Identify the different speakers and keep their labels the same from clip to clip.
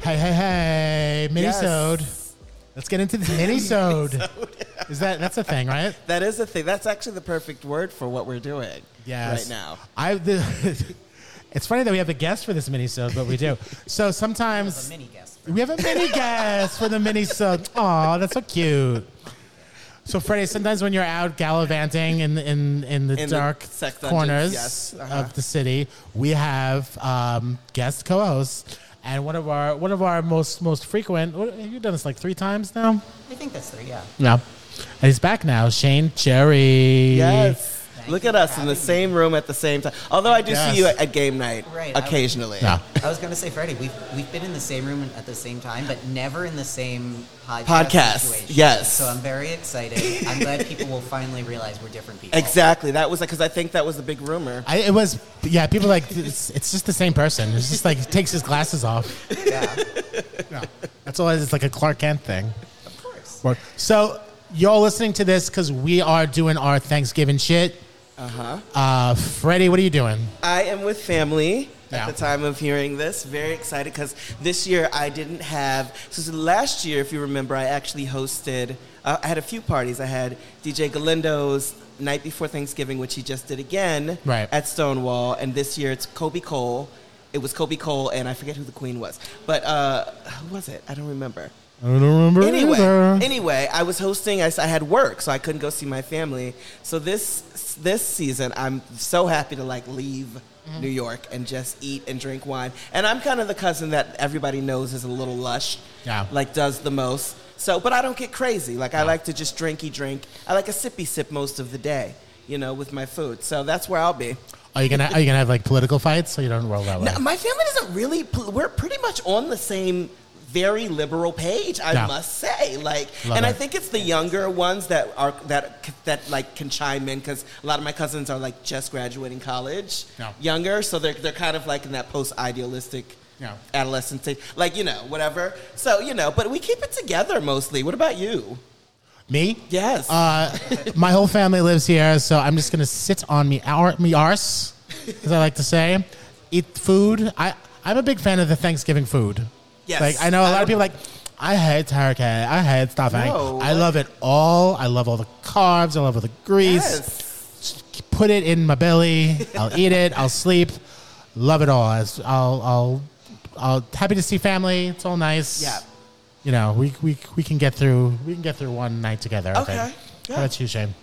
Speaker 1: hey, hey, minisode.
Speaker 2: Yes.
Speaker 1: Let's get into the minisode. Is that that's a thing, right?
Speaker 2: That is the thing. That's actually the perfect word for what we're doing
Speaker 1: Yes.
Speaker 2: right now.
Speaker 1: I the, It's funny that we have a guest for this minisode, but we do. So
Speaker 3: a
Speaker 1: sometimes
Speaker 3: mini guest.
Speaker 1: we have a mini guest for the minisode. Aw, that's so cute. So Freddie, sometimes when you're out gallivanting in in in the
Speaker 2: In the
Speaker 1: dark
Speaker 2: sex dungeons,
Speaker 1: corners
Speaker 2: yes. Uh-huh.
Speaker 1: of the city, we have um, guest co-hosts, and one of our one of our most most frequent. What, you've done this like three times now.
Speaker 3: I think that's three, yeah.
Speaker 1: No. And he's back now, Shane Cherry.
Speaker 2: Yes.
Speaker 3: Thank
Speaker 2: Look
Speaker 3: you
Speaker 2: at
Speaker 3: for
Speaker 2: us in the
Speaker 3: having
Speaker 2: same room at the same time. Although I do
Speaker 1: Yes.
Speaker 2: see you at, at game night
Speaker 3: Right, I would-
Speaker 2: occasionally.
Speaker 1: No.
Speaker 3: I was gonna say, Freddie, we've we've been in the same room at the same time, but never in the same podcast.
Speaker 2: Podcast,
Speaker 3: situation.
Speaker 2: yes.
Speaker 3: So I'm very excited. I'm glad people will finally realize we're different people.
Speaker 2: Exactly. That was because I think that was the big rumor.
Speaker 1: I, it was, yeah, people like, it's, it's just the same person. It's just like, he takes his glasses off.
Speaker 3: Yeah.
Speaker 1: That's all it is. It's like a Clark Kent thing.
Speaker 3: Of course.
Speaker 1: Or- So, y'all listening to this because we are doing our Thanksgiving shit.
Speaker 2: Uh-huh.
Speaker 1: Uh, Freddie, what are you doing?
Speaker 2: I am with family
Speaker 1: Yeah.
Speaker 2: at the time of hearing this. Very excited because this year I didn't have. So last year, if you remember, I actually hosted. Uh, I had a few parties. I had DJ Galindo's night before Thanksgiving, which he just did again
Speaker 1: Right.
Speaker 2: at Stonewall, and this year it's Kobe Cole. It was Kobe Cole, and I forget who the queen was, but uh, who was it? I don't remember.
Speaker 1: I don't remember
Speaker 2: Anyway,
Speaker 1: either.
Speaker 2: anyway, I was hosting. I, s- I had work, so I couldn't go see my family. So this this season, I'm so happy to like leave New York and just eat and drink wine. And I'm kind of the cousin that everybody knows is a little lush.
Speaker 1: Yeah.
Speaker 2: like does the most. So, but I don't get crazy. Like I like to just drinky drink. I like a sippy sip most of the day. You know, with my food. So that's where I'll be.
Speaker 1: Are you gonna are you gonna have like political fights so you don't roll that way?
Speaker 2: No, my family doesn't really. pl- We're pretty much on the same very liberal page, I
Speaker 1: Yeah.
Speaker 2: must say. Like,
Speaker 1: Love
Speaker 2: and I
Speaker 1: it.
Speaker 2: think it's the younger ones that are that c- that like can chime in because a lot of my cousins are like just graduating college,
Speaker 1: Yeah.
Speaker 2: younger, so they're they're kind of like in that post idealistic.
Speaker 1: Yeah.
Speaker 2: Adolescent stage, like you know, whatever. So you know, but we keep it together mostly. What about you?
Speaker 1: Me?
Speaker 2: Yes.
Speaker 1: Uh, my whole family lives here, so I'm just gonna sit on me our me arse, as I like to say, eat food. I I'm a big fan of the Thanksgiving food.
Speaker 2: Yes.
Speaker 1: like I know a lot
Speaker 2: I-
Speaker 1: of people like. I hate turkey. I hate stuffing.
Speaker 2: No.
Speaker 1: I love it all. I love all the carbs. I love all the grease.
Speaker 2: yes.
Speaker 1: Just Put it in my belly. I'll eat it. I'll sleep. Love it all. I'll I'll I'll happy to see family. It's all nice.
Speaker 2: Yeah.
Speaker 1: You know, we, we, we can get through we can get through one night together. I
Speaker 2: Okay.
Speaker 1: think.
Speaker 2: Yeah.
Speaker 1: How about you, Shane?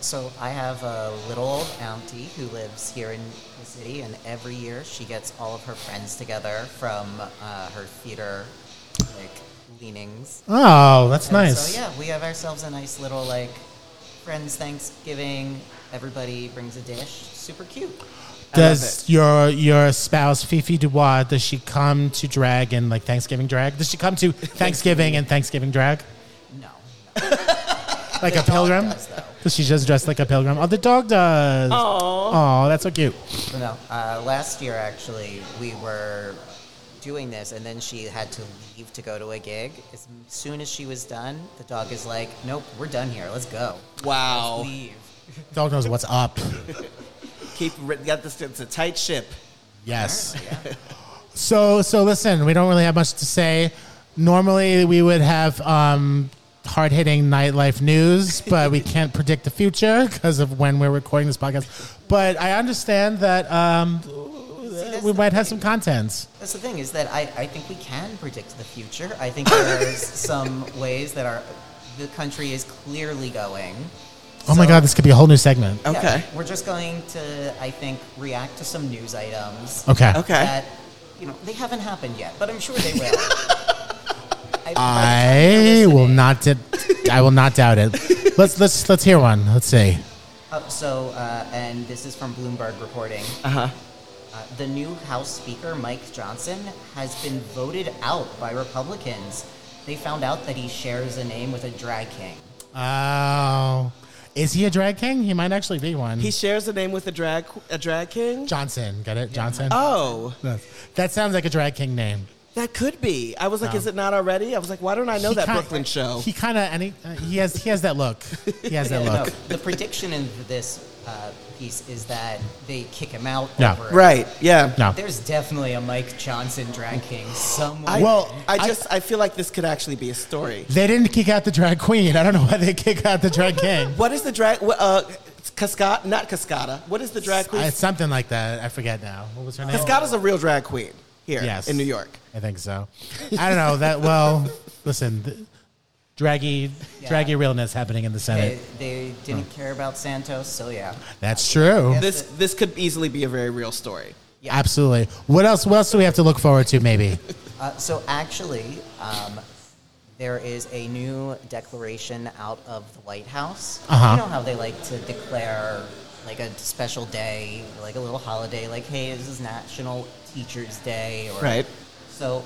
Speaker 3: So I have a little old auntie who lives here in the city, and every year she gets all of her friends together from uh, her theater like leanings.
Speaker 1: Oh, that's
Speaker 3: And
Speaker 1: nice.
Speaker 3: So yeah, we have ourselves a nice little like friends Thanksgiving. Everybody brings a dish. Super cute.
Speaker 1: Does your your spouse Fifi Dubois does she come to drag and like Thanksgiving drag? Does she come to Thanksgiving and Thanksgiving drag
Speaker 3: No.
Speaker 1: like a
Speaker 3: The dog
Speaker 1: pilgrim?
Speaker 3: does, though.
Speaker 1: Does she just dress like a pilgrim? Oh, the dog does.
Speaker 2: Aw.
Speaker 1: Oh, that's so cute.
Speaker 3: No. no. Uh, last year actually we were doing this and then she had to leave to go to a gig. As soon as she was done, the dog is like, Nope, we're done here. Let's go.
Speaker 2: Wow.
Speaker 3: Leave.
Speaker 1: Dog knows what's up.
Speaker 2: Keep ri- got this. It's a tight ship.
Speaker 1: Yes. So so listen, we don't really have much to say. Normally we would have um, hard hitting nightlife news, but we can't predict the future because of when we're recording this podcast. But I understand that um,
Speaker 3: that's
Speaker 1: we
Speaker 3: the
Speaker 1: might have some contents.
Speaker 3: That's the thing is that I, I think we can predict the future. I think there's some ways that our the country is clearly going.
Speaker 1: Oh my
Speaker 3: So-
Speaker 1: god, this could be a whole new segment.
Speaker 3: Yeah,
Speaker 2: Okay.
Speaker 3: we're just going to, I think, react to some news items.
Speaker 1: Okay.
Speaker 2: Okay.
Speaker 3: That, you know, they haven't happened yet, but I'm sure they will. I, by the
Speaker 2: Uh,
Speaker 3: time
Speaker 1: I
Speaker 3: you're
Speaker 1: will
Speaker 3: listening-
Speaker 1: not di- I will not doubt it. Let's let's let's hear one. Let's see.
Speaker 3: Uh, so, uh, and this is from Bloomberg reporting.
Speaker 2: Uh huh.
Speaker 3: Uh, the new House Speaker, Mike Johnson, has been voted out by Republicans. They found out that he shares a name with a drag king.
Speaker 1: Oh. Is he a drag king? He might actually be one.
Speaker 2: He shares a name with a drag a drag king.
Speaker 1: Johnson, got it? Johnson.
Speaker 2: Oh.
Speaker 1: That sounds like a drag king name.
Speaker 2: That could be. I was like, is it not already? I was like, why don't I know
Speaker 1: He
Speaker 2: that
Speaker 1: kinda-
Speaker 2: Brooklyn show?
Speaker 1: He kind of and he, uh, he has he has that look. He has that
Speaker 3: Yeah, no,
Speaker 1: look.
Speaker 3: the prediction in this uh, piece is that they kick him out
Speaker 1: Yeah.
Speaker 3: over it.
Speaker 2: Right. Yeah.
Speaker 1: No.
Speaker 3: There's definitely a Mike Johnson drag king somewhere.
Speaker 2: I,
Speaker 1: Well,
Speaker 2: I
Speaker 1: I-
Speaker 2: just I feel like this could actually be a story.
Speaker 1: They didn't kick out the drag queen. I don't know why they kick out the drag king.
Speaker 2: What is the drag? wha- Uh, Cascada, not Cascada. What is the drag queen?
Speaker 1: I, Uh, something like that. I forget now. What was her name?
Speaker 2: Cascada's a real drag queen here
Speaker 1: Yes.
Speaker 2: in New York.
Speaker 1: I think so. I don't know that. Well, listen, th- draggy,
Speaker 3: Yeah.
Speaker 1: draggy realness happening in the
Speaker 3: They,
Speaker 1: Senate.
Speaker 3: they didn't
Speaker 2: Hmm.
Speaker 3: care about Santos, so yeah.
Speaker 1: That's true.
Speaker 2: This this could easily be a very real story.
Speaker 3: Yeah.
Speaker 1: Absolutely. What else? What else do we have to look forward to? Maybe.
Speaker 3: Uh, so actually, um, there is a new declaration out of the White House.
Speaker 1: Uh-huh.
Speaker 3: You know how they like to declare like a special day, like a little holiday, like hey, this is National Teachers Day, or
Speaker 2: Right.
Speaker 3: So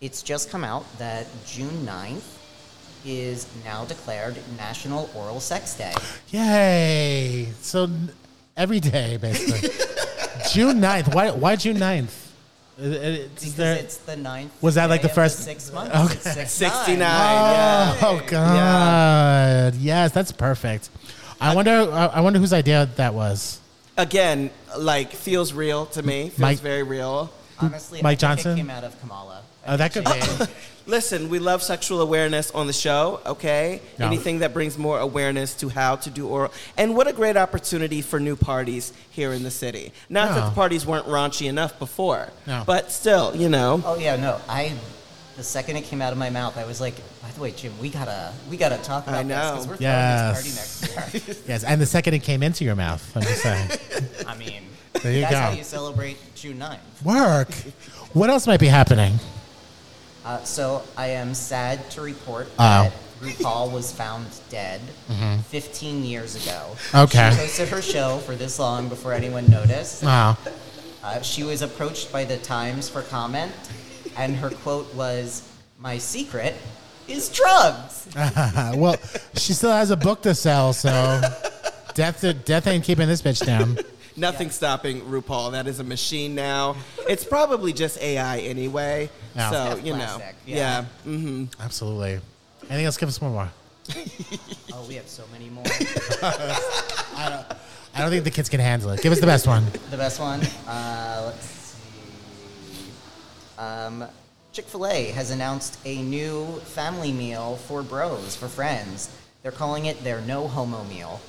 Speaker 3: it's just come out that June 9th is now declared National Oral Sex Day.
Speaker 1: Yay! So n- every day, basically. June 9th. Why? Why June 9th? Is- is
Speaker 3: Because
Speaker 1: there-
Speaker 3: it's the ninth.
Speaker 1: Was that, like,
Speaker 3: day
Speaker 1: the
Speaker 3: of
Speaker 1: first-
Speaker 3: six months?
Speaker 1: Okay.
Speaker 3: It's six
Speaker 2: Sixty
Speaker 3: nine.
Speaker 2: nine.
Speaker 1: Oh God! Yes, that's perfect. I wonder. I I wonder whose idea that was.
Speaker 2: Again, like feels real to me. Feels
Speaker 1: Mike-
Speaker 2: very real.
Speaker 3: Honestly,
Speaker 1: Mike
Speaker 3: I think
Speaker 1: Johnson?
Speaker 3: it came out of Kamala.
Speaker 1: Oh, that could be.
Speaker 2: Listen, we love sexual awareness on the show, okay?
Speaker 1: Yeah.
Speaker 2: Anything that brings more awareness to how to do oral. And what a great opportunity for new parties here in the city. Not that
Speaker 1: Yeah.
Speaker 2: the parties weren't raunchy enough before,
Speaker 1: No.
Speaker 2: but still, you know.
Speaker 3: Oh yeah, no. I the second it came out of my mouth, I was like, by the way, Jim, we gotta we gotta talk
Speaker 2: I
Speaker 3: about this because
Speaker 2: know.
Speaker 3: we're
Speaker 1: Yes.
Speaker 3: throwing this party next year.
Speaker 1: yes, and the second it came into your mouth, I'm just saying.
Speaker 3: I mean,
Speaker 1: There you
Speaker 3: that's
Speaker 1: go.
Speaker 3: how you celebrate June 9th.
Speaker 1: Work. What else might be happening?
Speaker 3: Uh, so I am sad to report
Speaker 1: Uh-oh.
Speaker 3: that RuPaul was found dead 15 years ago.
Speaker 1: Mm-hmm. Okay.
Speaker 3: She hosted her show for this long before anyone noticed.
Speaker 1: Wow.
Speaker 3: Uh, she was approached by the Times for comment, and her quote was, "My secret is drugs."
Speaker 1: Uh. well, she still has a book to sell, so death, death ain't keeping this bitch down.
Speaker 2: Nothing stopping RuPaul. That is a machine now. it's probably just AI anyway.
Speaker 1: Yeah.
Speaker 2: So,
Speaker 3: Half
Speaker 2: you know.
Speaker 3: plastic,
Speaker 2: Yeah.
Speaker 3: yeah.
Speaker 1: Absolutely. Anything else? Give us one more.
Speaker 3: Oh, we have so many more.
Speaker 1: I don't think the kids can handle it. Give us the best one.
Speaker 3: The best one. Uh, let's see. Um, Chick Fil A has announced a new family meal for bros for friends. They're calling it their no homo meal.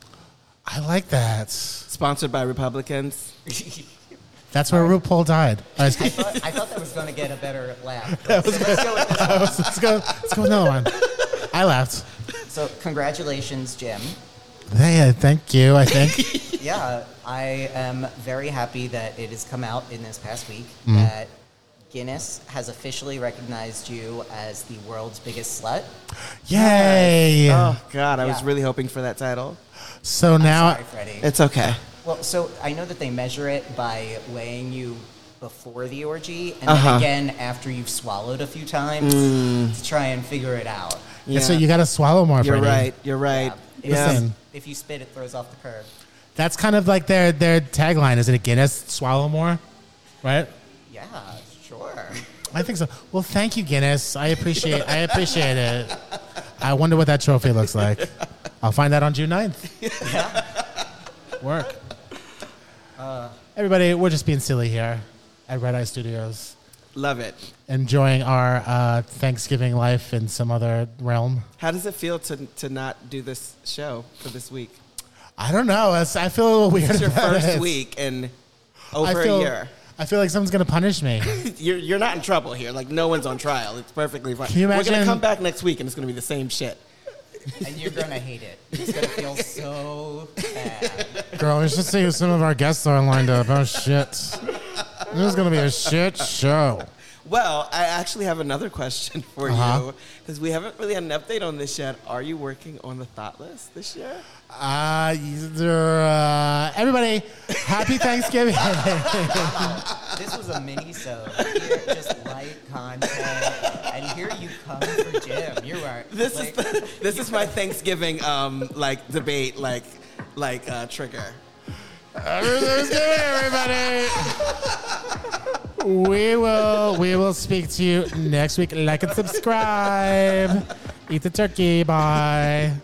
Speaker 1: I like that.
Speaker 2: Sponsored by Republicans.
Speaker 1: That's where RuPaul died. All right,
Speaker 3: I thought, I thought that was going to get a better laugh. but- let's go with this one.
Speaker 1: let's, let's go. Let's go with another one. I laughed.
Speaker 3: So, congratulations, Jim.
Speaker 1: Hey, uh, thank you. I think.
Speaker 3: Yeah, I am very happy that it has come out in this past week that Guinness has officially recognized you as the world's biggest slut.
Speaker 1: Yay!
Speaker 2: Oh, God. I was
Speaker 3: Yeah.
Speaker 2: really hoping for that title.
Speaker 1: so now,
Speaker 3: Sorry, Freddie.
Speaker 2: It's okay.
Speaker 3: Well, so I know that they measure it by weighing you before the orgy and
Speaker 2: Uh-huh. Mm.
Speaker 3: then again after you've swallowed a few times to try and figure it out.
Speaker 1: yeah, so
Speaker 2: Yeah.
Speaker 1: you got to swallow more.
Speaker 2: You're
Speaker 1: Brittany.
Speaker 2: right. You're right.
Speaker 3: Yeah.
Speaker 2: Yeah.
Speaker 1: Listen.
Speaker 3: If you spit, it throws off the curve.
Speaker 1: That's kind of like their their tagline, isn't it? Guinness, swallow more, right?
Speaker 3: Yeah, sure.
Speaker 1: I think so. Well, thank you, Guinness. I appreciate I appreciate it. I wonder what that trophy looks like. I'll find out on June 9th. Work. Everybody, we're just being silly here at Red Eye Studios,
Speaker 2: Love it.
Speaker 1: enjoying our uh, Thanksgiving life in some other realm.
Speaker 2: How does it feel to, to not do this show for this week?
Speaker 1: I don't know. It's, I feel a little weird.
Speaker 2: It's your
Speaker 1: about
Speaker 2: first
Speaker 1: it.
Speaker 2: week in
Speaker 1: I
Speaker 2: over
Speaker 1: feel,
Speaker 2: a year.
Speaker 1: I feel like someone's gonna punish me.
Speaker 2: You're, you're not in trouble here. Like, no one's on trial. It's perfectly fine.
Speaker 1: Can you
Speaker 2: We're going
Speaker 1: imagine-
Speaker 2: to come back next week and it's going to be the same shit.
Speaker 3: And you're gonna hate it. It's gonna feel so bad.
Speaker 1: Girl, we should see who some of our guests are lined up. Oh shit. This is gonna be a shit show.
Speaker 2: Well, I actually have another question for
Speaker 1: Uh-huh.
Speaker 2: you because we haven't really had an update on this yet. Are you working on the thought list this year?
Speaker 1: Uh, either, uh everybody, happy Thanksgiving.
Speaker 3: This was a mini so just light content. And here you come for Jim. You are
Speaker 2: This
Speaker 3: like,
Speaker 2: is the, this is my Thanksgiving um like debate like like uh, trigger.
Speaker 1: happy Thanksgiving, everybody. We will we will speak to you next week. Like and subscribe. Eat the turkey. Bye.